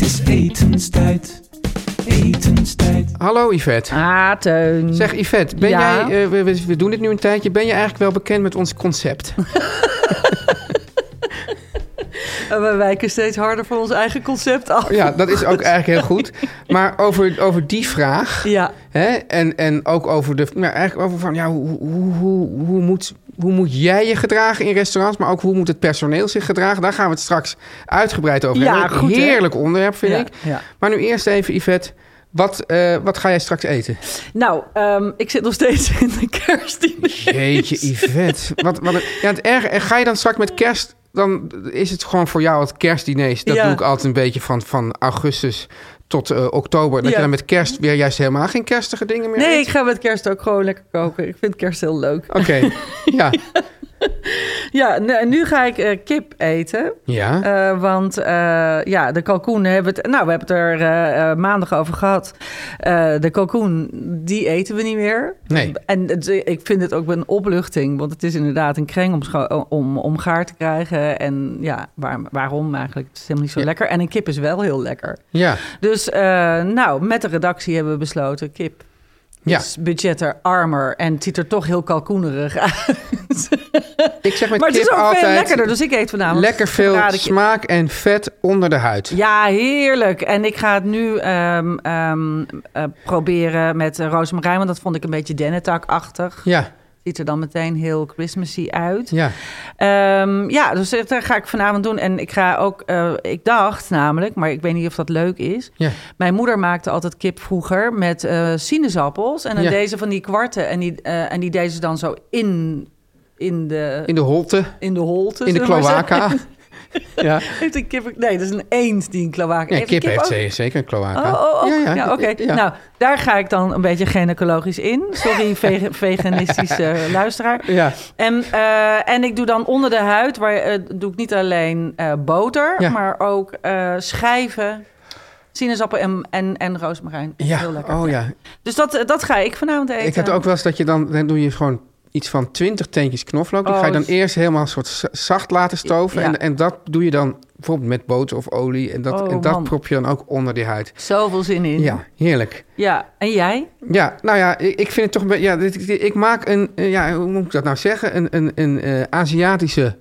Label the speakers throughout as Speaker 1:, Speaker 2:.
Speaker 1: is etenstijd, etenstijd.
Speaker 2: Hallo Yvette.
Speaker 3: Ah, Teun.
Speaker 2: Zeg Yvette, ben
Speaker 3: Ja?
Speaker 2: jij, eh, we- we, we doen dit nu een tijdje, ben je eigenlijk wel bekend met ons concept?
Speaker 3: Eh, We wijken steeds harder van ons eigen concept af.
Speaker 2: ja, dat is ook eigenlijk heel goed. Maar over, over die vraag
Speaker 3: Ja.
Speaker 2: hè, en, en ook over, de, nou, eigenlijk over van, ja, hoe, hoe, hoe, hoe moet, hoe moet jij je gedragen in restaurants, maar ook hoe moet het personeel zich gedragen? Daar gaan we het straks uitgebreid over
Speaker 3: Ja,
Speaker 2: hebben.
Speaker 3: goed, hè?
Speaker 2: Heerlijk onderwerp vind
Speaker 3: Ja,
Speaker 2: ik.
Speaker 3: ja.
Speaker 2: Maar nu eerst even Yvette, wat, eh, wat ga jij straks eten?
Speaker 3: Nou, ehm, ik zit nog steeds in de kerstdiner.
Speaker 2: Jeetje, Yvette. Wat, wat, ja, het erge, en ga je dan straks met kerst... dan is het gewoon voor jou het kerstdiner. Dat
Speaker 3: Ja.
Speaker 2: doe ik altijd een beetje van, van augustus tot eh, oktober. Dat
Speaker 3: Ja.
Speaker 2: je dan met kerst weer juist helemaal geen kerstige dingen meer
Speaker 3: Nee,
Speaker 2: eet.
Speaker 3: ik ga met kerst ook gewoon lekker koken. Ik vind kerst heel leuk.
Speaker 2: Oké, ja.
Speaker 3: Ja, n- en nu ga ik eh, kip eten.
Speaker 2: Ja.
Speaker 3: Eh, want eh, ja, de kalkoen hebben we het... Nou, we hebben het er eh, eh, maandag over gehad. Eh, de kalkoen, die eten we niet meer.
Speaker 2: Nee.
Speaker 3: En het- ik vind het ook een opluchting. Want het is inderdaad een kreng om, scho- om, om gaar te krijgen. En ja, waar- waarom eigenlijk? Het is helemaal niet zo
Speaker 2: Ja.
Speaker 3: lekker. En een kip is wel heel lekker.
Speaker 2: ja.
Speaker 3: Dus eh, nou, met de redactie hebben we besloten... kip
Speaker 2: Ja,
Speaker 3: is budgetter armer en het ziet er toch heel kalkoenerig uit.
Speaker 2: ik zeg met
Speaker 3: maar het
Speaker 2: kip
Speaker 3: is ook veel
Speaker 2: altijd
Speaker 3: lekkerder, dus ik eet vanavond.
Speaker 2: lekker veel
Speaker 3: gebraden kip.
Speaker 2: smaak en vet onder de huid.
Speaker 3: Ja, heerlijk. En ik ga het nu ehm, ehm, eh, proberen met eh, rozemarijn, want dat vond ik een beetje dennetakachtig.
Speaker 2: Ja,
Speaker 3: Ziet er dan meteen heel Christmassy uit.
Speaker 2: ja.
Speaker 3: Ehm, ja, dus dat ga ik vanavond doen. En ik ga ook, eh, ik dacht namelijk, maar ik weet niet of dat leuk is.
Speaker 2: Ja.
Speaker 3: Mijn moeder maakte altijd kip vroeger met eh, sinaasappels. En dan
Speaker 2: Ja.
Speaker 3: deze van die kwarten. En die, eh, en die deed ze dan zo in, in, de, in,
Speaker 2: In de holte,
Speaker 3: de holte.
Speaker 2: in de
Speaker 3: zullen we maar
Speaker 2: cloaca.
Speaker 3: zeggen.
Speaker 2: Ja.
Speaker 3: Heeft een kip, nee, dat is een eend die een cloaca
Speaker 2: Ja,
Speaker 3: heeft.
Speaker 2: kip
Speaker 3: een
Speaker 2: heeft
Speaker 3: ook?
Speaker 2: ze- zeker een cloaca.
Speaker 3: Oh, oh, oh. Ja, oké.
Speaker 2: ja.
Speaker 3: Nou, daar ga ik dan een beetje gynaecologisch in. Sorry, vege- veganistische luisteraar.
Speaker 2: Ja.
Speaker 3: En, eh, en ik doe dan onder de huid, waar, eh, doe ik niet alleen eh, boter,
Speaker 2: Ja.
Speaker 3: maar ook eh, schijven, sinaasappel en, en, en rozemarijn. Heel
Speaker 2: Ja,
Speaker 3: lekker.
Speaker 2: oh ja.
Speaker 3: Dus dat, eh, dat ga ik vanavond eten.
Speaker 2: Ik had ook wel eens dat je dan, dan doe je gewoon iets van 20 teentjes knoflook. Die
Speaker 3: Oh,
Speaker 2: ga je dan
Speaker 3: is-
Speaker 2: eerst helemaal een soort za- zacht laten stoven.
Speaker 3: Ja.
Speaker 2: En, en dat doe je dan bijvoorbeeld met boter of olie. En dat,
Speaker 3: Oh,
Speaker 2: en dat
Speaker 3: man.
Speaker 2: prop je dan ook onder die huid.
Speaker 3: Zoveel zin in.
Speaker 2: Ja, heerlijk.
Speaker 3: Ja. En jij?
Speaker 2: Ja, nou ja, ik, ik vind het toch een beetje... Ja, dit- dit- ik maak een, eh, ja, hoe moet ik dat nou zeggen? Een, een, een eh, Aziatische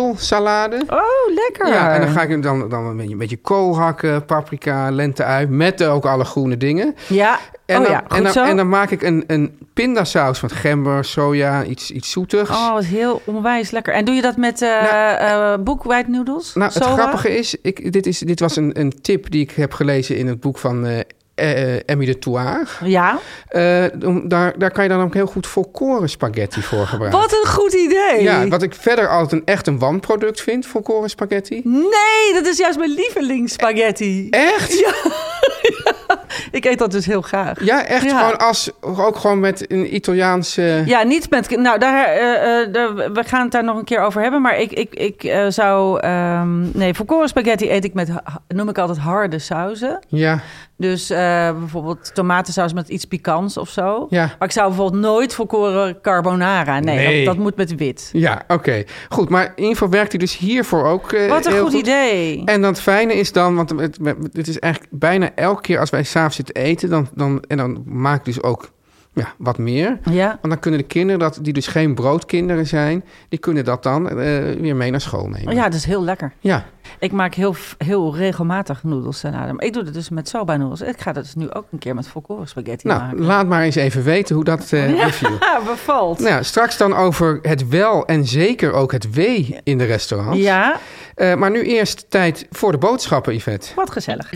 Speaker 2: noedelsalade.
Speaker 3: Oh, lekker.
Speaker 2: Ja, en dan ga ik hem dan, dan een, beetje, een beetje kool hakken, paprika, lenteui. Met ook alle groene dingen.
Speaker 3: Ja,
Speaker 2: En,
Speaker 3: oh
Speaker 2: dan,
Speaker 3: ja, goed
Speaker 2: en, dan,
Speaker 3: zo.
Speaker 2: en dan maak ik een, een pindasaus van gember, soja, iets, iets zoetigs.
Speaker 3: Oh, wat heel onwijs lekker. En doe je dat met eh eh, boekwijdnoedels?
Speaker 2: nou, het
Speaker 3: Soa?
Speaker 2: grappige is, ik, dit, is dit was een, een tip die ik heb gelezen in het boek van eh eh, Emmy de Touar.
Speaker 3: Ja.
Speaker 2: Eh, om- daar, daar kan je dan ook heel goed volkoren spaghetti voor gebruiken.
Speaker 3: Wat een goed idee.
Speaker 2: Ja, wat ik verder altijd een, echt een wanproduct vind, volkoren spaghetti.
Speaker 3: Nee, dat is juist mijn lievelingsspaghetti.
Speaker 2: Echt?
Speaker 3: Ja.
Speaker 2: eh.
Speaker 3: Ik eet dat dus heel graag.
Speaker 2: Ja, echt
Speaker 3: Ja.
Speaker 2: gewoon als, ook gewoon met een Italiaanse...
Speaker 3: Ja, niet met. Nou, daar, eh, eh, daar- we gaan het daar nog een keer over hebben. Maar ik, ik, ik eh, zou. ehm, nee, volkoren spaghetti eet ik met. ha- noem ik altijd harde sauzen.
Speaker 2: ja,
Speaker 3: Dus eh, bijvoorbeeld tomatensaus met iets pikants of zo.
Speaker 2: Ja.
Speaker 3: Maar ik zou bijvoorbeeld nooit volkoren carbonara. Nee,
Speaker 2: Nee.
Speaker 3: Dat, dat moet met wit.
Speaker 2: ja, oké. Goed, maar in ieder geval werkt hij dus hiervoor ook eh,
Speaker 3: Wat een
Speaker 2: heel
Speaker 3: goed, idee.
Speaker 2: En dan het fijne is dan, want het, het is eigenlijk bijna elke keer als wij s'avonds zitten eten, dan, dan, en dan maak ik dus ook ja, wat meer.
Speaker 3: Ja.
Speaker 2: Want dan kunnen de kinderen, dat, die dus geen broodkinderen zijn, die kunnen dat dan eh, weer mee naar school nemen.
Speaker 3: Oh ja, dat is heel lekker.
Speaker 2: ja.
Speaker 3: Ik maak heel, f- heel regelmatig noedels ten adem. Ik doe dat dus met soba noedels. Ik ga dat dus nu ook een keer met volkoren spaghetti
Speaker 2: Nou,
Speaker 3: maken.
Speaker 2: laat maar eens even weten hoe dat eh beviel.
Speaker 3: Ja, bevalt.
Speaker 2: Nou, ja, straks dan over het wel en zeker ook het wee in de restaurants.
Speaker 3: Ja,
Speaker 2: Eh, maar nu eerst tijd voor de boodschappen, Yvette.
Speaker 3: wat gezellig.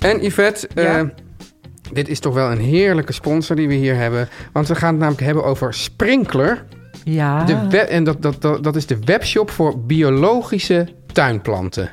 Speaker 2: En Yvette, eh,
Speaker 3: Ja.
Speaker 2: dit is toch wel een heerlijke sponsor die we hier hebben. Want we gaan het namelijk hebben over Sprinkler.
Speaker 3: Ja.
Speaker 2: De we- en dat, dat, dat, dat is de webshop voor biologische tuinplanten.
Speaker 3: Ah.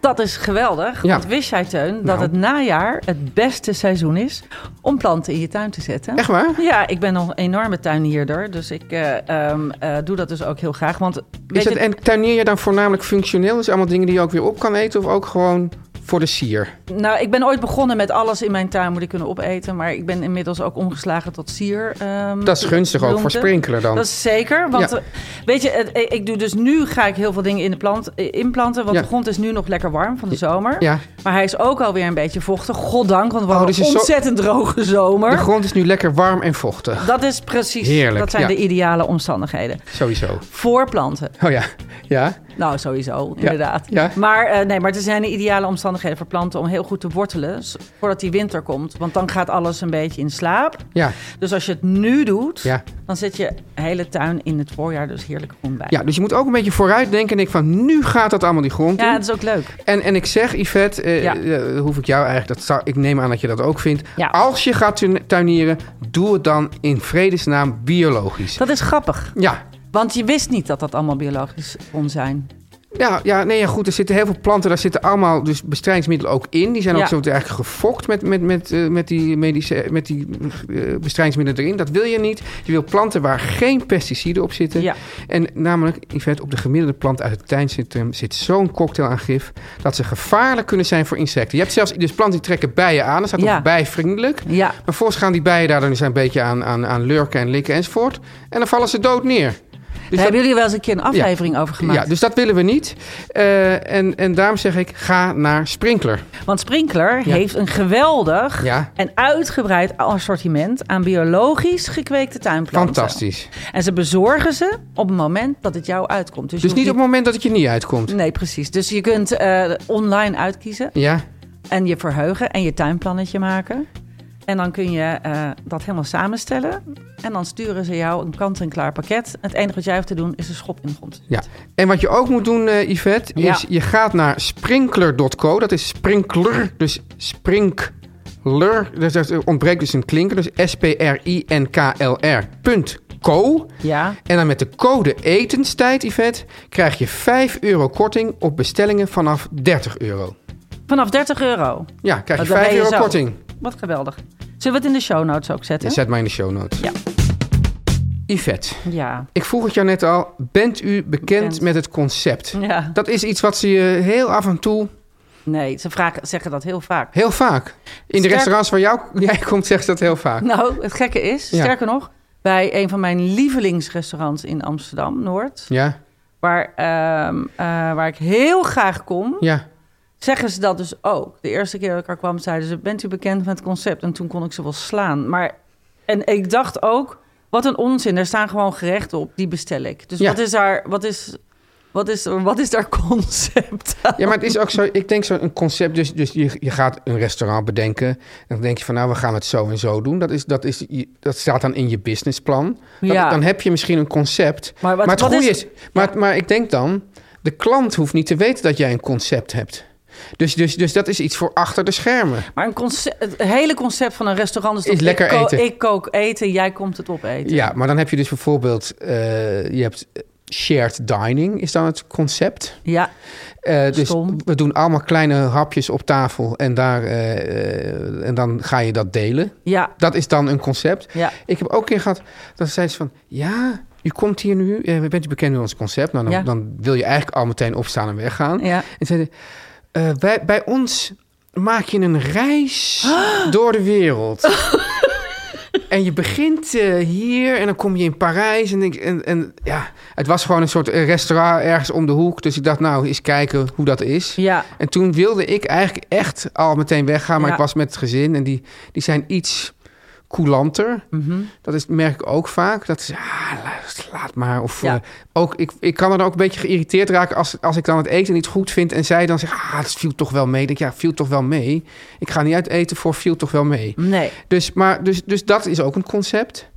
Speaker 3: Dat is geweldig.
Speaker 2: Ja.
Speaker 3: Want wist jij, Teun, dat
Speaker 2: Nou.
Speaker 3: het najaar het beste seizoen is om planten in je tuin te zetten?
Speaker 2: Echt waar?
Speaker 3: Ja, ik ben nog een enorme tuinierder, dus ik eh, ehm, eh, doe dat dus ook heel graag. Want weet
Speaker 2: Is dat,
Speaker 3: je-
Speaker 2: en tuineer je dan voornamelijk functioneel? Dus allemaal dingen die je ook weer op kan eten of ook gewoon voor de sier?
Speaker 3: nou, ik ben ooit begonnen met alles in mijn tuin moet ik kunnen opeten, maar ik ben inmiddels ook omgeslagen tot sier. ehm,
Speaker 2: Dat is gunstig ook voor
Speaker 3: bloemte.
Speaker 2: Sprinkler dan.
Speaker 3: Dat is zeker, want
Speaker 2: Ja.
Speaker 3: eh, weet je, het- ik- ik doe dus nu ga ik heel veel dingen in de plant eh, inplanten, want
Speaker 2: Ja.
Speaker 3: de grond is nu nog lekker warm van de zomer.
Speaker 2: Ja,
Speaker 3: Maar hij is ook alweer een beetje vochtig, goddank, want we
Speaker 2: Oh,
Speaker 3: hadden
Speaker 2: dus je
Speaker 3: een
Speaker 2: zo-
Speaker 3: ontzettend droge zomer.
Speaker 2: de grond is nu lekker warm en vochtig.
Speaker 3: Dat is precies.
Speaker 2: Heerlijk,
Speaker 3: dat zijn
Speaker 2: ja.
Speaker 3: de ideale omstandigheden.
Speaker 2: Sowieso.
Speaker 3: Voor planten.
Speaker 2: Oh ja, ja.
Speaker 3: Nou, sowieso, inderdaad.
Speaker 2: ja.
Speaker 3: Maar, eh, nee, maar er zijn de ideale omstandigheden voor planten om heel goed te wortelen. s- voordat die winter komt. Want dan gaat alles een beetje in slaap.
Speaker 2: Ja,
Speaker 3: Dus als je het nu doet,
Speaker 2: Ja.
Speaker 3: dan zit je hele tuin in het voorjaar dus heerlijk groen bij.
Speaker 2: ja, dus je moet ook een beetje vooruitdenken. En ik van, nu gaat dat allemaal die grond
Speaker 3: Ja,
Speaker 2: in.
Speaker 3: dat is ook leuk.
Speaker 2: En, en ik zeg, Yvette, eh,
Speaker 3: Ja.
Speaker 2: eh, hoef ik jou eigenlijk, dat zou, ik neem aan dat je dat ook vindt.
Speaker 3: Ja.
Speaker 2: Als je gaat tuin- tuinieren, doe het dan in vredesnaam biologisch.
Speaker 3: Dat is grappig.
Speaker 2: Ja.
Speaker 3: Want je wist niet dat dat allemaal biologisch kon zijn.
Speaker 2: Ja, ja, nee, ja, goed. Er zitten heel veel planten, daar zitten allemaal dus bestrijdingsmiddelen ook in. Die zijn
Speaker 3: Ja.
Speaker 2: ook zo eigenlijk gefokt met, met, met, eh, met die, medische, met die eh, bestrijdingsmiddelen erin. Dat wil je niet. Je wil planten waar geen pesticiden op zitten.
Speaker 3: Ja.
Speaker 2: En namelijk, Yvette, op de gemiddelde plant uit het tuincentrum zit zo'n cocktail aan gif dat ze gevaarlijk kunnen zijn voor insecten. Je hebt zelfs dus planten die trekken bijen aan. Dat staat
Speaker 3: Ja.
Speaker 2: op bijvriendelijk.
Speaker 3: Ja.
Speaker 2: Maar volgens gaan die bijen daar dan eens een beetje aan, aan, aan lurken en likken enzovoort. En dan vallen ze dood neer. Dus
Speaker 3: Daar
Speaker 2: dat-
Speaker 3: hebben jullie wel eens een keer een aflevering over gemaakt.
Speaker 2: ja, dus dat willen we niet. Eh, en, en daarom zeg ik, ga naar Sprinkler.
Speaker 3: Want Sprinkler
Speaker 2: Ja.
Speaker 3: heeft een geweldig
Speaker 2: Ja.
Speaker 3: en uitgebreid assortiment aan biologisch gekweekte tuinplanten.
Speaker 2: Fantastisch.
Speaker 3: En ze bezorgen ze op het moment dat het jou uitkomt. je
Speaker 2: Dus niet
Speaker 3: hoeft
Speaker 2: op het moment dat het je niet uitkomt.
Speaker 3: Nee, precies. Dus je kunt eh, online uitkiezen
Speaker 2: Ja,
Speaker 3: en je verheugen en je tuinplannetje maken. En dan kun je eh, dat helemaal samenstellen. En dan sturen ze jou een kant-en-klaar pakket. Het enige wat jij hoeft te doen is een schop in de grond.
Speaker 2: ja. En wat je ook moet doen, eh, Yvette,
Speaker 3: Ja.
Speaker 2: is je gaat naar sprinkler.co. Dat is sprinkler, dus sprinkler. Dus er ontbreekt dus een klinker, dus S-P-R-I-N-K-L-R.co.
Speaker 3: Ja.
Speaker 2: En dan met de code etenstijd, Yvette, krijg je 5 euro korting op bestellingen vanaf 30 euro.
Speaker 3: Vanaf 30 euro.
Speaker 2: Ja, krijg je
Speaker 3: Dan Oh, ben
Speaker 2: 5
Speaker 3: je
Speaker 2: euro
Speaker 3: zo.
Speaker 2: korting.
Speaker 3: Wat geweldig. Zullen we het in de show notes ook zetten?
Speaker 2: Ja, zet mij in de show notes.
Speaker 3: Ja.
Speaker 2: Yvette,
Speaker 3: Ja.
Speaker 2: ik vroeg het jou net al. Bent u bekend,
Speaker 3: Bekend.
Speaker 2: met het concept?
Speaker 3: Ja.
Speaker 2: Dat is iets wat ze je heel af en toe,
Speaker 3: Nee, ze vragen, zeggen dat heel vaak.
Speaker 2: heel vaak. In de
Speaker 3: Sterk-
Speaker 2: restaurants waar jou, jij komt, zeggen ze dat heel vaak.
Speaker 3: Nou, het gekke is,
Speaker 2: Ja.
Speaker 3: sterker nog, bij een van mijn lievelingsrestaurants in Amsterdam Noord,
Speaker 2: Ja,
Speaker 3: waar, ehm, eh, waar ik heel graag kom,
Speaker 2: ja.
Speaker 3: zeggen ze dat dus ook. De eerste keer dat ik er kwam, zeiden ze: Bent u bekend met het concept? En toen kon ik ze wel slaan. Maar, en ik dacht ook: Wat een onzin, er staan gewoon gerechten op, die bestel ik. Dus
Speaker 2: Ja.
Speaker 3: wat is daar, wat is, wat is, wat is daar concept aan?
Speaker 2: Ja, maar het is ook zo, ik denk zo'n concept, dus, dus je, je gaat een restaurant bedenken. En dan denk je van, nou, we gaan het zo en zo doen. Dat, is, dat, is, je- dat staat dan in je businessplan. Dan,
Speaker 3: Ja.
Speaker 2: dan heb je misschien een concept.
Speaker 3: Maar
Speaker 2: Maar,
Speaker 3: wat-
Speaker 2: het
Speaker 3: wat
Speaker 2: goede
Speaker 3: is-
Speaker 2: is, maar, maar ik denk dan, de klant hoeft niet te weten dat jij een concept hebt. Dus, dus, dus dat is iets voor achter de schermen.
Speaker 3: Maar een concept, het hele concept van een restaurant is, toch,
Speaker 2: Is lekker
Speaker 3: ik, ko-
Speaker 2: eten.
Speaker 3: ik kook eten, jij komt het opeten.
Speaker 2: Ja, maar dan heb je dus bijvoorbeeld, eh, je hebt shared dining, is dan het concept.
Speaker 3: Ja,
Speaker 2: Eh, dus
Speaker 3: Stom.
Speaker 2: we doen allemaal kleine hapjes op tafel en, daar, eh, eh, en dan ga je dat delen.
Speaker 3: ja,
Speaker 2: Dat is dan een concept.
Speaker 3: ja.
Speaker 2: Ik heb ook een keer gehad, dan zei ze van... Ja, u komt hier nu, eh, bent u bekend met ons concept? Nou, dan,
Speaker 3: Ja.
Speaker 2: dan wil je eigenlijk al meteen opstaan en weggaan.
Speaker 3: Ja.
Speaker 2: En zeiden, eh bij, bij ons maak je een reis door de wereld. En je begint eh, hier en dan kom je in Parijs. En, ik, en, en ja, het was gewoon een soort eh, restaurant ergens om de hoek. Dus ik dacht, nou, eens kijken hoe dat is.
Speaker 3: Ja.
Speaker 2: En toen wilde ik eigenlijk echt al meteen weggaan. Maar
Speaker 3: Ja.
Speaker 2: ik was met het gezin en die, die zijn iets coulanter.
Speaker 3: Mhm.
Speaker 2: Dat is, merk ik ook vaak. Dat is, ah, laat, laat maar. Of,
Speaker 3: Ja.
Speaker 2: eh, ook, ik, ik kan er dan ook een beetje geïrriteerd raken als, als ik dan het eten niet goed vind. En zij dan zegt, ah, dat viel toch wel mee. Ik denk, ja, viel toch wel mee. Ik ga niet uit eten voor viel toch wel mee.
Speaker 3: Nee.
Speaker 2: Dus, maar, dus, dus dat is ook een concept.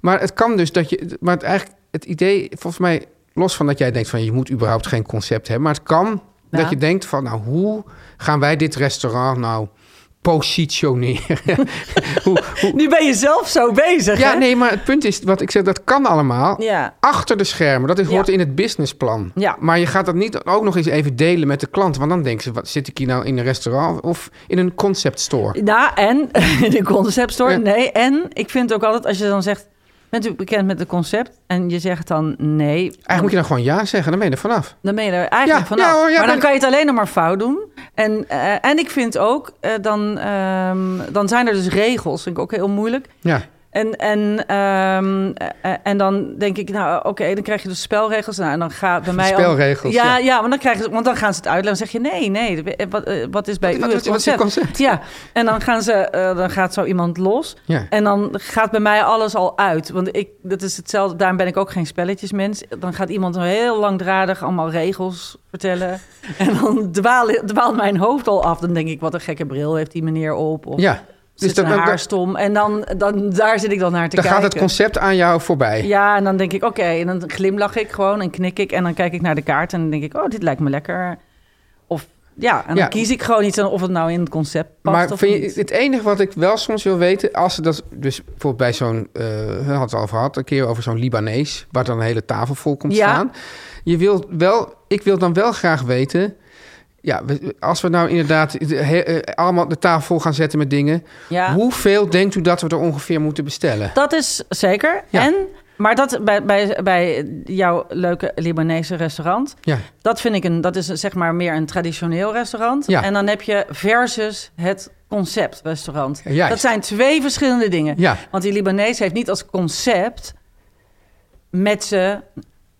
Speaker 2: Maar het kan dus dat je. Maar het, eigenlijk het idee, volgens mij, los van dat jij denkt van je moet überhaupt geen concept hebben. Maar het kan
Speaker 3: Ja.
Speaker 2: dat je denkt van, nou, hoe gaan wij dit restaurant nou positioneren? hoe, hoe,
Speaker 3: Nu ben je zelf zo bezig,
Speaker 2: Oh. ja,
Speaker 3: hè?
Speaker 2: nee, maar het punt is, wat ik zeg, dat kan allemaal.
Speaker 3: Ja.
Speaker 2: Achter de schermen, dat is,
Speaker 3: Ja.
Speaker 2: hoort in het businessplan.
Speaker 3: Ja.
Speaker 2: Maar je gaat dat niet ook nog eens even delen met de klant. Want dan denken ze, wat, zit ik hier nou in een restaurant of in een concept store?
Speaker 3: Ja, en in de concept store.
Speaker 2: Ja.
Speaker 3: Nee, en ik vind ook altijd als je dan zegt... Bent u bekend met het concept? En je zegt dan nee.
Speaker 2: Eigenlijk moet je dan gewoon ja zeggen, dan ben je er vanaf.
Speaker 3: Dan ben je er eigenlijk
Speaker 2: Ja,
Speaker 3: vanaf.
Speaker 2: ja hoor, ja,
Speaker 3: maar dan
Speaker 2: dan-
Speaker 3: kan je het alleen nog maar fout doen. En, eh, en ik vind ook, eh, dan, ehm, dan zijn er dus regels. Vind ik ook heel moeilijk.
Speaker 2: Ja.
Speaker 3: En, en, ehm, eh, eh, en dan denk ik, nou oké, dan krijg je de spelregels. Nou, en dan gaat bij mij... al-
Speaker 2: spelregels,
Speaker 3: ja.
Speaker 2: ja.
Speaker 3: Ja, maar dan krijgen ze, want dan gaan ze het uitleggen. Dan zeg je, nee, nee, eh, wat, eh, wat is bij
Speaker 2: Wat-
Speaker 3: u
Speaker 2: wat-
Speaker 3: het
Speaker 2: wat is
Speaker 3: concept?
Speaker 2: het concept?
Speaker 3: Ja, en dan, gaan ze, eh, dan gaat zo iemand los.
Speaker 2: Ja.
Speaker 3: En dan gaat bij mij alles al uit. Want ik, dat is hetzelfde, daarom ben ik ook geen spelletjesmens. Dan gaat iemand een heel langdradig allemaal regels vertellen. En dan dwaal, dwaalt mijn hoofd al af. Dan denk ik, wat een gekke bril heeft die meneer op. Of
Speaker 2: Ja.
Speaker 3: dus
Speaker 2: dan
Speaker 3: dan haar stom. En dan, dan, daar zit ik dan naar te
Speaker 2: dan
Speaker 3: kijken.
Speaker 2: gaat het concept aan jou voorbij.
Speaker 3: Ja, en dan denk ik, oké. en dan glimlach ik gewoon en knik ik. En dan kijk ik naar de kaart en dan denk ik, oh, dit lijkt me lekker. Of ja, en dan
Speaker 2: Ja.
Speaker 3: kies ik gewoon iets en of het nou in het concept past
Speaker 2: maar
Speaker 3: of
Speaker 2: vind
Speaker 3: niet.
Speaker 2: je, het enige wat ik wel soms wil weten, als ze dat, dus bijvoorbeeld bij zo'n, eh we hadden het al over gehad, een keer over zo'n Libanees, waar dan een hele tafel vol komt
Speaker 3: Ja.
Speaker 2: staan. Je wilt wel, ik wil dan wel graag weten, ja, we- als we nou inderdaad de, he- eh, allemaal de tafel vol gaan zetten met dingen,
Speaker 3: Ja.
Speaker 2: hoeveel denkt u dat we er ongeveer moeten bestellen?
Speaker 3: Dat is zeker.
Speaker 2: Ja.
Speaker 3: En, maar dat bij, bij, bij jouw leuke Libanese restaurant...
Speaker 2: Ja,
Speaker 3: Dat vind ik een, dat is een, zeg maar meer een traditioneel restaurant.
Speaker 2: Ja.
Speaker 3: En dan heb je versus het concept restaurant.
Speaker 2: Ja, juist.
Speaker 3: dat zijn twee verschillende dingen.
Speaker 2: Ja.
Speaker 3: Want die Libanees heeft niet als concept met ze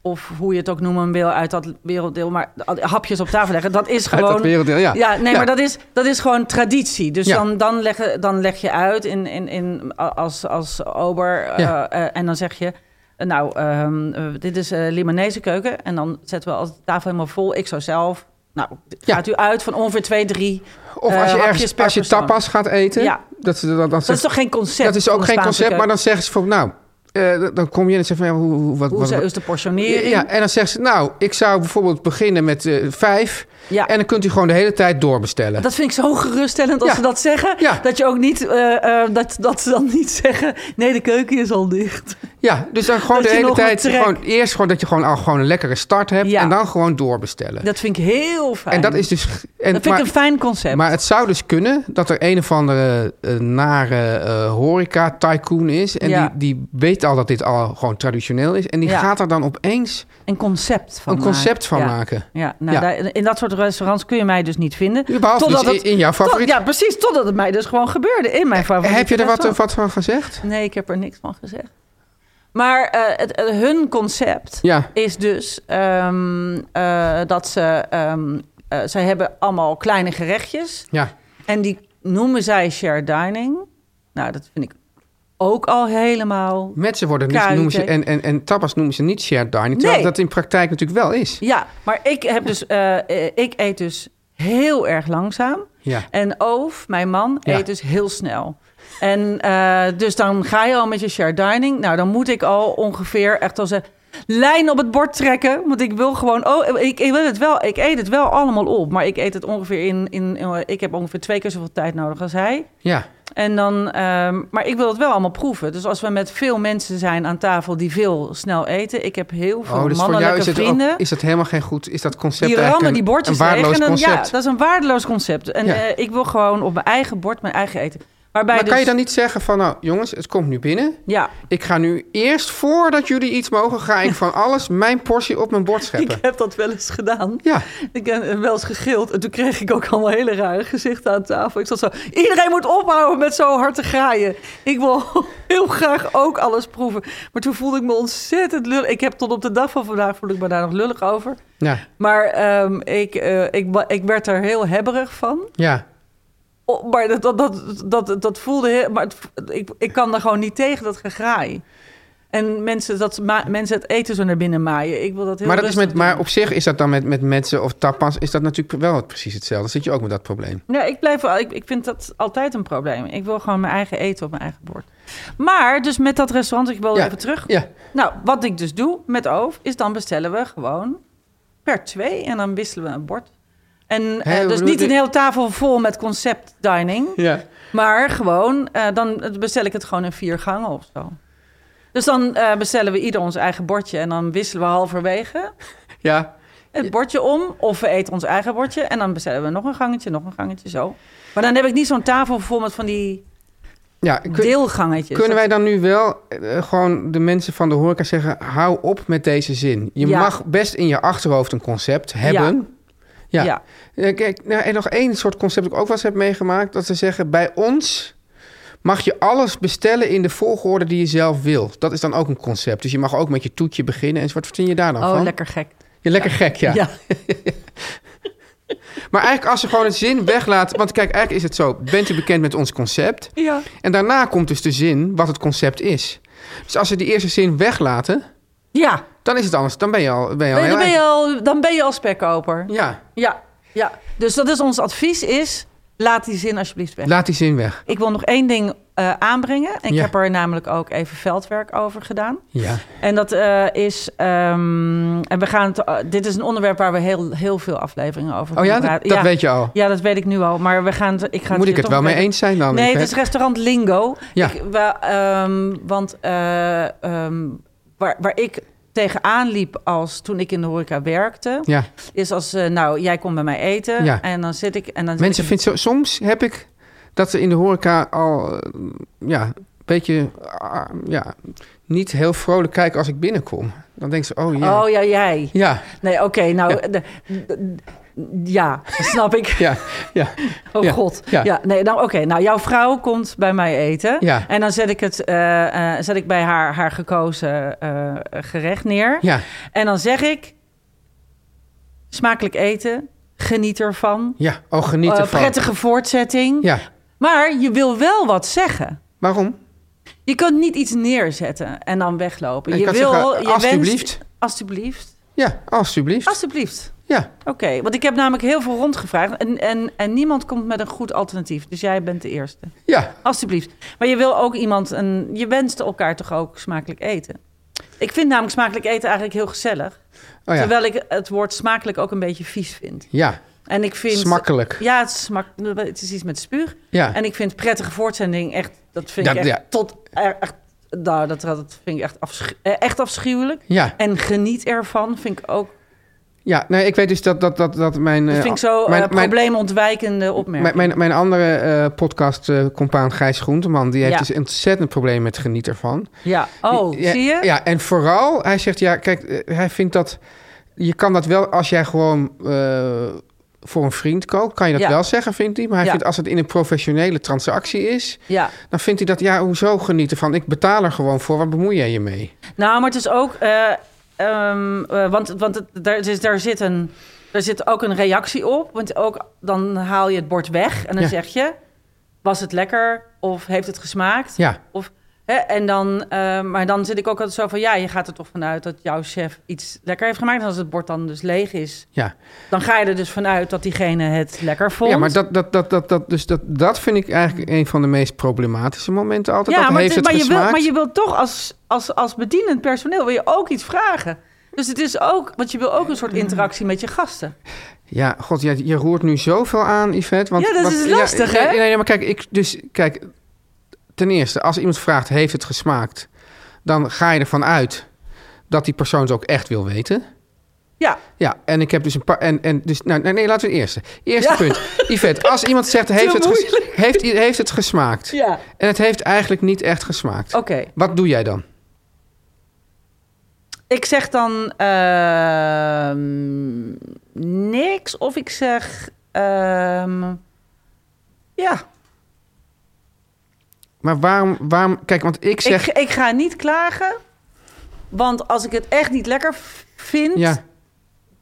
Speaker 3: of hoe je het ook noemen wil uit dat werelddeel, maar hapjes op tafel leggen. Dat is
Speaker 2: uit
Speaker 3: gewoon.
Speaker 2: dat werelddeel, ja.
Speaker 3: Ja, nee, maar dat is, dat is gewoon traditie. Dus
Speaker 2: Ja.
Speaker 3: dan, dan, leg, dan leg je uit in, in, in, als, als ober eh,
Speaker 2: Ja.
Speaker 3: eh, en dan zeg je... eh, Nou, ehm, eh, dit is eh Libanese keuken. En dan zetten we als de tafel helemaal vol. Ik zou zelf... Nou,
Speaker 2: Ja.
Speaker 3: gaat u uit van ongeveer twee, drie
Speaker 2: Of
Speaker 3: eh,
Speaker 2: als je,
Speaker 3: hapjes
Speaker 2: ergens,
Speaker 3: per
Speaker 2: als je
Speaker 3: persoon.
Speaker 2: tapas gaat eten,
Speaker 3: Ja.
Speaker 2: dat, ze dat, dat,
Speaker 3: Dat is toch geen concept?
Speaker 2: Dat is ook
Speaker 3: van de
Speaker 2: geen
Speaker 3: Spaanse
Speaker 2: concept, maar
Speaker 3: keuken?
Speaker 2: dan zeggen ze van, nou, eh, dan kom je en dan zeggen van, ja, hoe, hoe, wat,
Speaker 3: Hoe
Speaker 2: wat-
Speaker 3: ze-
Speaker 2: wat-
Speaker 3: is de portionering?
Speaker 2: Ja, en dan zeggen ze, nou, ik zou bijvoorbeeld beginnen met eh, vijf.
Speaker 3: Ja.
Speaker 2: En dan kunt u gewoon de hele tijd doorbestellen.
Speaker 3: Dat vind ik zo geruststellend als
Speaker 2: Ja.
Speaker 3: ze dat zeggen.
Speaker 2: Ja.
Speaker 3: Dat je ook niet... eh, eh, dat, dat ze dan niet zeggen... Nee, de keuken is al dicht.
Speaker 2: ja, dus dan gewoon
Speaker 3: Dat
Speaker 2: de
Speaker 3: je
Speaker 2: hele
Speaker 3: nog wat
Speaker 2: tijd,
Speaker 3: trekt.
Speaker 2: gewoon, eerst gewoon dat je gewoon al gewoon een lekkere start hebt.
Speaker 3: Ja.
Speaker 2: En dan gewoon doorbestellen.
Speaker 3: Dat vind ik heel fijn.
Speaker 2: en dat is dus... En,
Speaker 3: dat vind ik een fijn concept.
Speaker 2: Maar het zou dus kunnen dat er een of andere eh, nare eh, horeca-tycoon is. En
Speaker 3: Ja.
Speaker 2: die, die weet al dat dit al gewoon traditioneel is. En die
Speaker 3: Ja.
Speaker 2: gaat er dan opeens
Speaker 3: een concept van
Speaker 2: een concept van
Speaker 3: maken. Ja.
Speaker 2: maken.
Speaker 3: Ja, nou,
Speaker 2: Ja.
Speaker 3: daar- in dat soort restaurants kun je mij dus niet vinden.
Speaker 2: Behalve dus in- in jouw
Speaker 3: tot-
Speaker 2: favoriet-
Speaker 3: ja, precies. Totdat het mij dus gewoon gebeurde in mijn favoriet.
Speaker 2: Heb je er wat, wat van gezegd?
Speaker 3: Nee, ik heb er niks van gezegd. Maar eh, het, eh, hun concept
Speaker 2: Ja.
Speaker 3: is dus ehm, eh, dat ze... ehm eh, zij hebben allemaal kleine gerechtjes.
Speaker 2: Ja.
Speaker 3: En die noemen zij shared dining. Nou, dat vind ik ook al helemaal...
Speaker 2: Met ze worden niet,
Speaker 3: Kuiten.
Speaker 2: noemen ze, en, en, en tapas noemen ze niet shared dining. Terwijl
Speaker 3: Nee.
Speaker 2: dat in praktijk natuurlijk wel is.
Speaker 3: Ja, maar ik heb dus, eh, eh, ik eet dus heel erg langzaam.
Speaker 2: Ja.
Speaker 3: En Oof, mijn man,
Speaker 2: Ja.
Speaker 3: eet dus heel snel. En eh, dus dan ga je al met je shared dining. Nou, dan moet ik al ongeveer echt als een lijn op het bord trekken. Want ik wil gewoon, oh, ik, ik wil het wel, ik eet het wel allemaal op. Maar ik eet het ongeveer in, in, in- ik heb ongeveer twee keer zoveel tijd nodig als hij.
Speaker 2: Ja.
Speaker 3: En dan, ehm, maar ik wil het wel allemaal proeven. Dus als we met veel mensen zijn aan tafel die veel snel eten. Ik heb heel veel
Speaker 2: Oh, dus voor jou
Speaker 3: mannelijke
Speaker 2: is, het ook,
Speaker 3: vrienden
Speaker 2: is dat helemaal geen goed. Is dat concept
Speaker 3: die
Speaker 2: eigenlijk
Speaker 3: rammen
Speaker 2: een,
Speaker 3: die bordjes
Speaker 2: een waardeloos
Speaker 3: leeg. En dan,
Speaker 2: concept?
Speaker 3: Ja, dat is een waardeloos concept. En
Speaker 2: Ja.
Speaker 3: eh, ik wil gewoon op mijn eigen bord mijn eigen eten. Waarbij
Speaker 2: Maar
Speaker 3: dus,
Speaker 2: kan je dan niet zeggen van, nou jongens, het komt nu binnen.
Speaker 3: Ja,
Speaker 2: Ik ga nu eerst, voordat jullie iets mogen, ga ik van alles mijn portie op mijn bord scheppen.
Speaker 3: ik heb dat wel eens gedaan.
Speaker 2: Ja,
Speaker 3: Ik heb eh, wel eens gegild. En toen kreeg ik ook allemaal hele rare gezichten aan tafel. Ik zat zo, iedereen moet ophouden met zo hard te graaien. Ik wil heel graag ook alles proeven. Maar toen voelde ik me ontzettend lullig. Ik heb tot op de dag van vandaag voel ik me daar nog lullig over.
Speaker 2: ja,
Speaker 3: Maar ehm, ik, eh, ik, wa- ik werd er heel hebberig van.
Speaker 2: ja.
Speaker 3: Oh, maar dat, dat, dat, dat, dat voelde heel... Maar het, ik, ik kan daar gewoon niet tegen, dat gegraai. En mensen, dat, ze ma- mensen het eten zo naar binnen maaien. Ik wil dat heel
Speaker 2: Maar, dat is met,
Speaker 3: rustig
Speaker 2: maar
Speaker 3: doen.
Speaker 2: op zich is dat dan met, met mensen of tapas, is dat natuurlijk wel precies hetzelfde. Dan zit je ook met dat probleem.
Speaker 3: Nee, ik, blijf, wel- ik, ik vind dat altijd een probleem. Ik wil gewoon mijn eigen eten op mijn eigen bord. Maar dus met dat restaurant, ik wil
Speaker 2: Ja.
Speaker 3: even terug.
Speaker 2: Ja,
Speaker 3: Nou, wat ik dus doe met Oof, is dan bestellen we gewoon per twee en dan wisselen we een bord. En eh,
Speaker 2: hoe
Speaker 3: dus
Speaker 2: bedoel
Speaker 3: niet
Speaker 2: je?
Speaker 3: een hele tafel vol met concept dining,
Speaker 2: ja.
Speaker 3: maar gewoon, eh, dan bestel ik het gewoon in vier gangen of zo. Dus dan eh, bestellen we ieder ons eigen bordje en dan wisselen we halverwege
Speaker 2: ja.
Speaker 3: het bordje om. Of we eten ons eigen bordje. En dan bestellen we nog een gangetje, nog een gangetje, zo. Maar dan heb ik niet zo'n tafel vol met van die
Speaker 2: ja. kun-
Speaker 3: deelgangetjes.
Speaker 2: kunnen wij dan nu wel eh, gewoon de mensen van de horeca zeggen... hou op met deze zin. Je
Speaker 3: Ja.
Speaker 2: mag best in je achterhoofd een concept hebben. Ja.
Speaker 3: Ja. ja.
Speaker 2: Eh, Kijk, nou, en nog één soort concept dat ik ook wel eens heb meegemaakt... dat ze zeggen, bij ons mag je alles bestellen in de volgorde die je zelf wil. Dat is dan ook een concept. Dus je mag ook met je toetje beginnen. En wat vind je daar dan
Speaker 3: Oh,
Speaker 2: van?
Speaker 3: lekker gek.
Speaker 2: Ja, lekker gek, ja.
Speaker 3: Ja.
Speaker 2: Maar eigenlijk als ze gewoon een zin weglaten... want kijk, eigenlijk is het zo. Bent u bekend met ons concept?
Speaker 3: ja.
Speaker 2: En daarna komt dus de zin wat het concept is. Dus als ze die eerste zin weglaten,
Speaker 3: Ja,
Speaker 2: dan is het anders. Dan ben je al, ben je al
Speaker 3: dan
Speaker 2: heel
Speaker 3: ben, je
Speaker 2: eind.
Speaker 3: al, dan ben je al spekkoper.
Speaker 2: Ja,
Speaker 3: Ja, ja. Dus dat is ons advies is, laat die zin alsjeblieft weg.
Speaker 2: laat die zin weg.
Speaker 3: Ik wil nog één ding eh, aanbrengen. En ik
Speaker 2: Ja.
Speaker 3: heb er namelijk ook even veldwerk over gedaan.
Speaker 2: Ja,
Speaker 3: En dat eh, is. ehm, en we gaan. het, eh, dit is een onderwerp waar we heel, heel veel afleveringen over
Speaker 2: Oh ja, dat-
Speaker 3: praten.
Speaker 2: dat weet je al.
Speaker 3: Ja, dat weet ik nu al. Maar we gaan. het- Ik ga
Speaker 2: moet ik
Speaker 3: hier
Speaker 2: het
Speaker 3: toch
Speaker 2: wel mee
Speaker 3: even-
Speaker 2: eens zijn dan?
Speaker 3: Nee,
Speaker 2: Ik
Speaker 3: het is
Speaker 2: weet-
Speaker 3: restaurant Lingo.
Speaker 2: Ja.
Speaker 3: Ik- wa- ehm, want eh, ehm, waar, waar ik tegenaan liep als toen ik in de horeca werkte,
Speaker 2: Ja,
Speaker 3: is als eh, nou jij komt bij mij eten
Speaker 2: Ja.
Speaker 3: en dan zit ik en dan zit
Speaker 2: mensen
Speaker 3: ik-
Speaker 2: vinden zo... Soms heb ik dat ze in de horeca al, eh, ja, een beetje, ah, ja, niet heel vrolijk kijken als ik binnenkom. Dan denken ze, oh ja.
Speaker 3: Oh ja, jij.
Speaker 2: Ja,
Speaker 3: Nee, oké, nou. de- de- ja, snap ik.
Speaker 2: ja, ja,
Speaker 3: Oh
Speaker 2: Ja,
Speaker 3: god.
Speaker 2: ja.
Speaker 3: Ja. nee, nou oké. Nou, jouw vrouw komt bij mij eten.
Speaker 2: Ja.
Speaker 3: En dan zet ik, het, eh, eh, zet ik bij haar, haar gekozen eh, gerecht neer.
Speaker 2: ja,
Speaker 3: En dan zeg ik: smakelijk eten, geniet ervan.
Speaker 2: ja. Oh, geniet
Speaker 3: Eh,
Speaker 2: ervan.
Speaker 3: prettige voortzetting.
Speaker 2: Ja,
Speaker 3: Maar je wil wel wat zeggen.
Speaker 2: waarom?
Speaker 3: Je kunt niet iets neerzetten en dan weglopen.
Speaker 2: Ik
Speaker 3: je
Speaker 2: kan
Speaker 3: wil,
Speaker 2: zeggen,
Speaker 3: je
Speaker 2: alsjeblieft.
Speaker 3: Wenst, alsjeblieft.
Speaker 2: Ja, alsjeblieft.
Speaker 3: Alsjeblieft.
Speaker 2: Ja,
Speaker 3: Oké, want ik heb namelijk heel veel rondgevraagd en, en, en niemand komt met een goed alternatief. Dus jij bent de eerste.
Speaker 2: ja,
Speaker 3: Alsjeblieft. Maar je wil ook iemand een. Je wenst elkaar toch ook smakelijk eten? Ik vind namelijk smakelijk eten eigenlijk heel gezellig.
Speaker 2: oh ja.
Speaker 3: Terwijl ik het woord smakelijk ook een beetje vies vind.
Speaker 2: Ja,
Speaker 3: En ik vind.
Speaker 2: smakkelijk.
Speaker 3: Ja, het, smak, het is iets met spuug.
Speaker 2: Ja.
Speaker 3: En ik vind prettige voortzending echt. Dat vind
Speaker 2: Dat-
Speaker 3: ik echt
Speaker 2: ja.
Speaker 3: tot. er- Echt, nou, dat, dat vind ik echt, afsch- eh, echt afschuwelijk.
Speaker 2: Ja,
Speaker 3: En geniet ervan vind ik ook.
Speaker 2: ja. Nee, ik weet dus dat, dat, dat, dat mijn...
Speaker 3: Dat
Speaker 2: eh,
Speaker 3: vind ik zo eh,
Speaker 2: mijn, mijn,
Speaker 3: probleemontwijkende opmerking.
Speaker 2: mijn, mijn, mijn andere eh podcast, eh, compaan Gijs Groenteman... die heeft
Speaker 3: Ja.
Speaker 2: dus ontzettend probleem met geniet ervan.
Speaker 3: ja. Oh,
Speaker 2: ja,
Speaker 3: zie je?
Speaker 2: Ja, en vooral, hij zegt, ja, kijk, eh, hij vindt dat... Je kan dat wel, als jij gewoon eh, voor een vriend koopt... kan je dat
Speaker 3: Ja.
Speaker 2: wel zeggen, vindt hij. Maar hij
Speaker 3: Ja.
Speaker 2: vindt als het in een professionele transactie is...
Speaker 3: ja.
Speaker 2: dan vindt hij dat, ja, hoezo genieten van? Ik betaal er gewoon voor, wat bemoei jij je mee?
Speaker 3: Nou, maar het is ook. eh, ehm, eh, want want het, daar, het is, daar, zit een, daar zit ook een reactie op. Want ook dan haal je het bord weg en dan
Speaker 2: Ja.
Speaker 3: zeg je: Was het lekker? Of heeft het gesmaakt?
Speaker 2: Ja,
Speaker 3: Of, hè, en dan, eh, maar dan zit ik ook altijd zo van: Ja, je gaat er toch vanuit dat jouw chef iets lekker heeft gemaakt. En als het bord dan dus leeg is,
Speaker 2: ja.
Speaker 3: dan ga je er dus vanuit dat diegene het lekker vond.
Speaker 2: Ja, maar dat, dat, dat, dat, dat, dus dat, dat vind ik eigenlijk een van de meest problematische momenten altijd.
Speaker 3: Ja,
Speaker 2: dat
Speaker 3: maar,
Speaker 2: heeft
Speaker 3: het-
Speaker 2: het
Speaker 3: maar, je wil,
Speaker 2: gesmaakt.
Speaker 3: maar je wilt toch als, als, als bedienend personeel wil je ook iets vragen. Dus het is ook, want je wil ook een soort interactie met je gasten.
Speaker 2: Ja, god, je, je roert nu zoveel aan, Yvette. Want,
Speaker 3: Ja, dat
Speaker 2: want-
Speaker 3: is dus lastig, hè?
Speaker 2: Nee, nee, maar kijk, ik, dus, kijk, ten eerste, als iemand vraagt, heeft het gesmaakt? Dan ga je ervan uit dat die persoon het ook echt wil weten.
Speaker 3: Ja,
Speaker 2: Ja, en ik heb dus een paar. En, en dus, nou, nee, nee, laten we het eerste. Eerste
Speaker 3: Ja.
Speaker 2: punt. Yvette, als iemand zegt: heeft
Speaker 3: Te
Speaker 2: het, ges- heeft, heeft het gesmaakt?
Speaker 3: Ja. Oh.
Speaker 2: En het heeft eigenlijk niet echt gesmaakt.
Speaker 3: oké.
Speaker 2: Wat doe jij dan?
Speaker 3: Ik zeg dan ehm, niks of ik zeg ehm, ja.
Speaker 2: Maar waarom, waarom kijk, want ik zeg.
Speaker 3: Ik, ik ga niet klagen, want als ik het echt niet lekker v- vind,
Speaker 2: ja,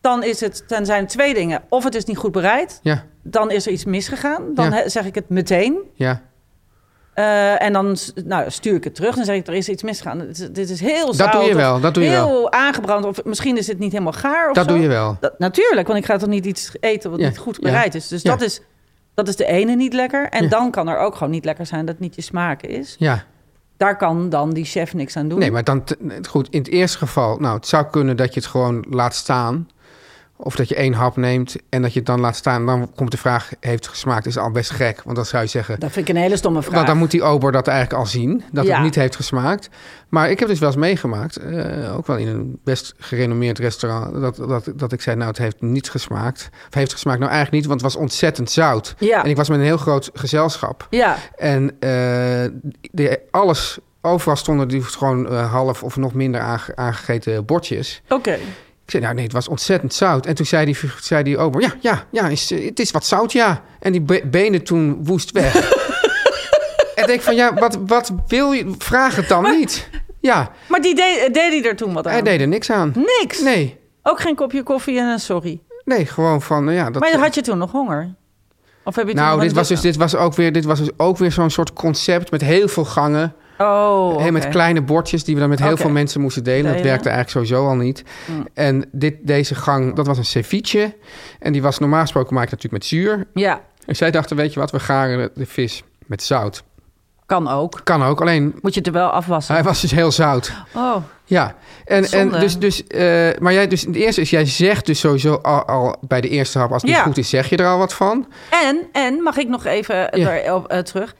Speaker 3: dan, is het, dan zijn het twee dingen. Of het is niet goed bereid,
Speaker 2: ja,
Speaker 3: dan is er iets misgegaan, dan
Speaker 2: Ja.
Speaker 3: he- zeg ik het meteen.
Speaker 2: ja.
Speaker 3: Eh, en dan s- nou, stuur ik het terug. Dan zeg ik, er is iets misgegaan. Dit is- Dit is heel zout.
Speaker 2: doe je
Speaker 3: of
Speaker 2: wel, dat doe je
Speaker 3: heel
Speaker 2: wel.
Speaker 3: aangebrand. Of misschien is het niet helemaal gaar. Of
Speaker 2: Dat
Speaker 3: zo.
Speaker 2: doe je wel.
Speaker 3: Dat- natuurlijk, want ik ga toch niet iets eten wat
Speaker 2: Ja,
Speaker 3: niet goed
Speaker 2: ja,
Speaker 3: bereid is. Dus
Speaker 2: ja.
Speaker 3: dat, is, dat is de ene niet lekker. En
Speaker 2: Ja.
Speaker 3: dan kan er ook gewoon niet lekker zijn dat het niet je smaak is.
Speaker 2: Ja.
Speaker 3: Daar kan dan die chef niks aan doen.
Speaker 2: Nee, maar dan. te- Goed, in het eerste geval. Nou, het zou kunnen dat je het gewoon laat staan. Of dat je één hap neemt en dat je het dan laat staan. Dan komt de vraag: heeft het gesmaakt? Is al best gek. Want dan zou je zeggen:
Speaker 3: Dat vind ik een hele stomme vraag.
Speaker 2: Want dan moet die ober dat eigenlijk al zien, dat
Speaker 3: Ja.
Speaker 2: het niet heeft gesmaakt. Maar ik heb dus wel eens meegemaakt, eh, ook wel in een best gerenommeerd restaurant, dat, dat, dat ik zei, nou het heeft niet gesmaakt. Of heeft gesmaakt, nou eigenlijk niet, want het was ontzettend zout.
Speaker 3: Ja.
Speaker 2: En ik was met een heel groot gezelschap.
Speaker 3: Ja,
Speaker 2: En eh, de, alles, overal stonden die gewoon eh, half of nog minder aange- aangegeten bordjes.
Speaker 3: oké.
Speaker 2: Ik zei, nou nee, het was ontzettend zout. En toen zei die, figuur- zei die ober, ja, ja, ja, is, eh, het is wat zout, ja. En die be- benen toen woest weg. en ik denk van, ja, wat, wat wil je? Vraag het dan niet. Ja,
Speaker 3: Maar die deed, deed hij er toen wat aan?
Speaker 2: hij deed er niks aan.
Speaker 3: Niks?
Speaker 2: Nee,
Speaker 3: Ook geen kopje koffie en een sorry.
Speaker 2: nee, gewoon van, nou ja. Dat,
Speaker 3: maar had je toen nog honger? Of heb je toen
Speaker 2: nou,
Speaker 3: nog
Speaker 2: dit was, dus, dit was ook weer, dit was dus ook weer zo'n soort concept met heel veel gangen.
Speaker 3: Oh,
Speaker 2: Hey, met
Speaker 3: oké.
Speaker 2: kleine bordjes die we dan met heel
Speaker 3: Oké.
Speaker 2: veel mensen moesten delen. Dat
Speaker 3: Delen. Mm.
Speaker 2: werkte eigenlijk sowieso al niet. En dit, deze gang, dat was een ceviche. En die was normaal gesproken maakt natuurlijk met zuur.
Speaker 3: Ja,
Speaker 2: En zij dachten, weet je wat, we garen de- de vis met zout.
Speaker 3: kan ook.
Speaker 2: Kan ook, alleen
Speaker 3: Moet je het er wel afwassen.
Speaker 2: hij was dus heel zout.
Speaker 3: Oh,
Speaker 2: Ja, en, en
Speaker 3: Zonde.
Speaker 2: dus, dus eh, maar jij, dus het eerste is, jij zegt dus sowieso al, al bij de eerste hap, als het
Speaker 3: Ja.
Speaker 2: niet goed is, zeg je er al wat van.
Speaker 3: En, en mag ik nog even
Speaker 2: Ja.
Speaker 3: daarop eh, terug?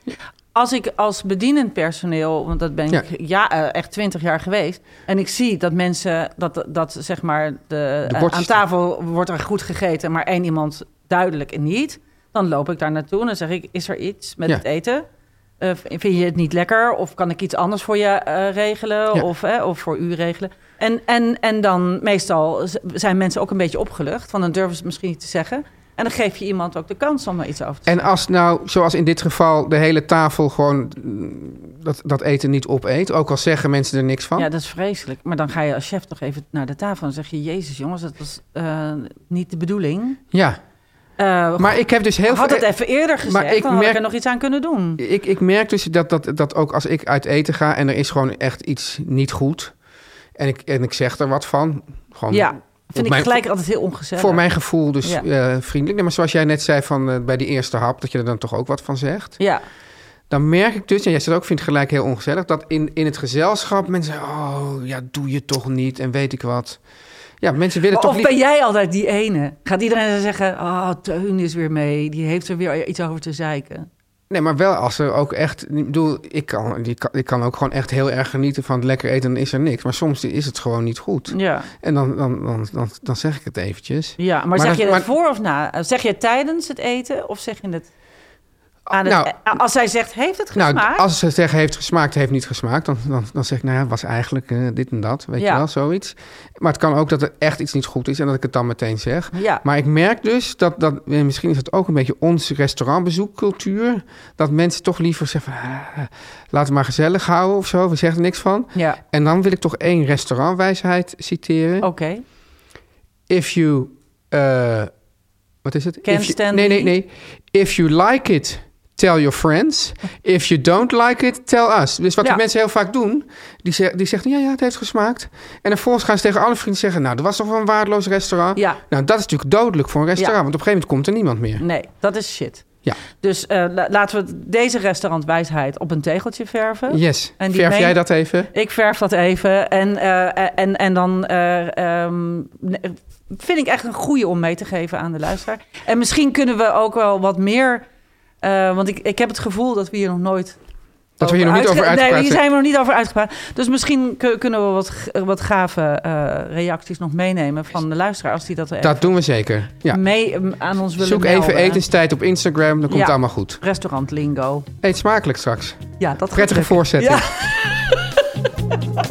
Speaker 3: Als ik als bedienend personeel, want dat ben ik
Speaker 2: Ja.
Speaker 3: ja. eh, echt twintig jaar geweest. En ik zie dat mensen, dat, dat zeg maar, de, eh,
Speaker 2: bordjes-
Speaker 3: aan tafel wordt er goed gegeten, maar één iemand duidelijk niet. Dan loop ik daar naartoe en dan zeg ik, is er iets met
Speaker 2: Ja.
Speaker 3: het eten? Eh, vind je het niet lekker? Of kan ik iets anders voor je eh, regelen?
Speaker 2: Ja.
Speaker 3: Of, eh, of voor u regelen? En, en, en dan meestal z- zijn mensen ook een beetje opgelucht. Want dan durven ze het misschien niet te zeggen. En dan geef je iemand ook de kans om er iets over te zeggen.
Speaker 2: En als nou, zoals in dit geval, de hele tafel gewoon mm, dat, dat eten niet opeet, ook al zeggen mensen er niks van.
Speaker 3: Ja, dat is vreselijk. Maar dan ga je als chef toch even naar de tafel en zeg je... Jezus jongens, dat was eh, niet de bedoeling.
Speaker 2: Ja.
Speaker 3: Eh
Speaker 2: maar ik heb dus heel
Speaker 3: had
Speaker 2: veel...
Speaker 3: het even eerder gezegd,
Speaker 2: maar ik
Speaker 3: dan had
Speaker 2: merk-
Speaker 3: ik er nog iets aan kunnen doen.
Speaker 2: Ik, ik merk dus dat, dat, dat ook als ik uit eten ga en er is gewoon echt iets niet goed. En ik, en ik zeg er wat van. Gewoon
Speaker 3: ja, vind ik
Speaker 2: mijn-
Speaker 3: gelijk altijd heel ongezellig.
Speaker 2: voor mijn gevoel dus
Speaker 3: Ja.
Speaker 2: eh, vriendelijk. Nee, maar zoals jij net zei van, eh, bij die eerste hap, dat je er dan toch ook wat van zegt.
Speaker 3: Ja,
Speaker 2: Dan merk ik dus, en jij zegt ook, vindt gelijk heel ongezellig, dat in, in het gezelschap mensen zeggen, oh ja, doe je toch niet en weet ik wat. Ja, mensen willen
Speaker 3: maar
Speaker 2: toch
Speaker 3: of
Speaker 2: niet.
Speaker 3: ben jij altijd die ene? Gaat iedereen dan zeggen, oh, Teun is weer mee. Die heeft er weer iets over te zeiken.
Speaker 2: Nee, maar wel als er ook echt... Ik bedoel, ik kan, ik, kan, ik kan ook gewoon echt heel erg genieten van het lekker eten, dan is er niks. Maar soms is het gewoon niet goed.
Speaker 3: Ja,
Speaker 2: En dan, dan, dan, dan, dan zeg ik het eventjes.
Speaker 3: ja maar,
Speaker 2: Maar
Speaker 3: zeg
Speaker 2: dat-
Speaker 3: je dat
Speaker 2: maar-
Speaker 3: voor of na? Eh, Zeg je het tijdens het eten of zeg je het... Aan het,
Speaker 2: Nou-
Speaker 3: eh, als zij zegt, heeft het
Speaker 2: Nou,
Speaker 3: gesmaakt?
Speaker 2: d- als ze zeggen heeft gesmaakt, heeft niet gesmaakt, dan, dan, dan zeg ik, nou ja, was eigenlijk eh, dit en dat, weet
Speaker 3: Ja.
Speaker 2: je wel, zoiets. Maar het kan ook dat er echt iets niet goed is en dat ik het dan meteen zeg.
Speaker 3: Ja.
Speaker 2: Maar ik merk dus dat, dat eh, misschien is het ook een beetje onze restaurantbezoekcultuur, dat mensen toch liever zeggen van, ah, laten we maar gezellig houden of zo, we zeggen er niks van.
Speaker 3: Ja,
Speaker 2: En dan wil ik toch één restaurantwijsheid citeren.
Speaker 3: oké.
Speaker 2: If you. eh, wat is het?
Speaker 3: Can't
Speaker 2: If you-
Speaker 3: stand
Speaker 2: nee, nee,
Speaker 3: the-
Speaker 2: nee. If you like it, tell your friends. If you don't like it, tell us. Dus wat
Speaker 3: Ja.
Speaker 2: die mensen heel vaak doen, die, zeg, die zeggen: ja, ja, het heeft gesmaakt. En vervolgens gaan ze tegen alle vrienden zeggen: nou, dat was toch wel een waardeloos restaurant.
Speaker 3: Ja.
Speaker 2: Nou, dat is natuurlijk dodelijk voor een restaurant,
Speaker 3: Ja.
Speaker 2: want op een gegeven moment komt er niemand meer.
Speaker 3: Nee, dat is shit.
Speaker 2: Ja.
Speaker 3: Dus eh, la- laten we deze restaurantwijsheid op een tegeltje verven.
Speaker 2: Yes.
Speaker 3: En
Speaker 2: Verf
Speaker 3: die meen-
Speaker 2: jij dat even?
Speaker 3: Ik verf dat even. En, eh, en, en dan eh, ehm, ne- vind ik echt een goede om mee te geven aan de luisteraar. En misschien kunnen we ook wel wat meer. eh, want ik, ik heb het gevoel dat we hier nog nooit
Speaker 2: Dat we hier nog niet over
Speaker 3: uitge- Nee,
Speaker 2: uitgepraat
Speaker 3: hier
Speaker 2: zijn.
Speaker 3: zijn we nog niet over uitgepraat. Dus misschien ku- kunnen we wat, g- wat gave eh, reacties nog meenemen van de luisteraar... als die dat, er
Speaker 2: Dat doen we zeker. Ja.
Speaker 3: mee eh, aan ons Eh, willen
Speaker 2: Zoek
Speaker 3: melden.
Speaker 2: even etenstijd op Instagram, dan komt
Speaker 3: Ja.
Speaker 2: het allemaal goed.
Speaker 3: Restaurant Lingo.
Speaker 2: Eet smakelijk straks.
Speaker 3: Ja, dat gaat
Speaker 2: Prettige
Speaker 3: lukken.
Speaker 2: voorzetting.
Speaker 3: Ja.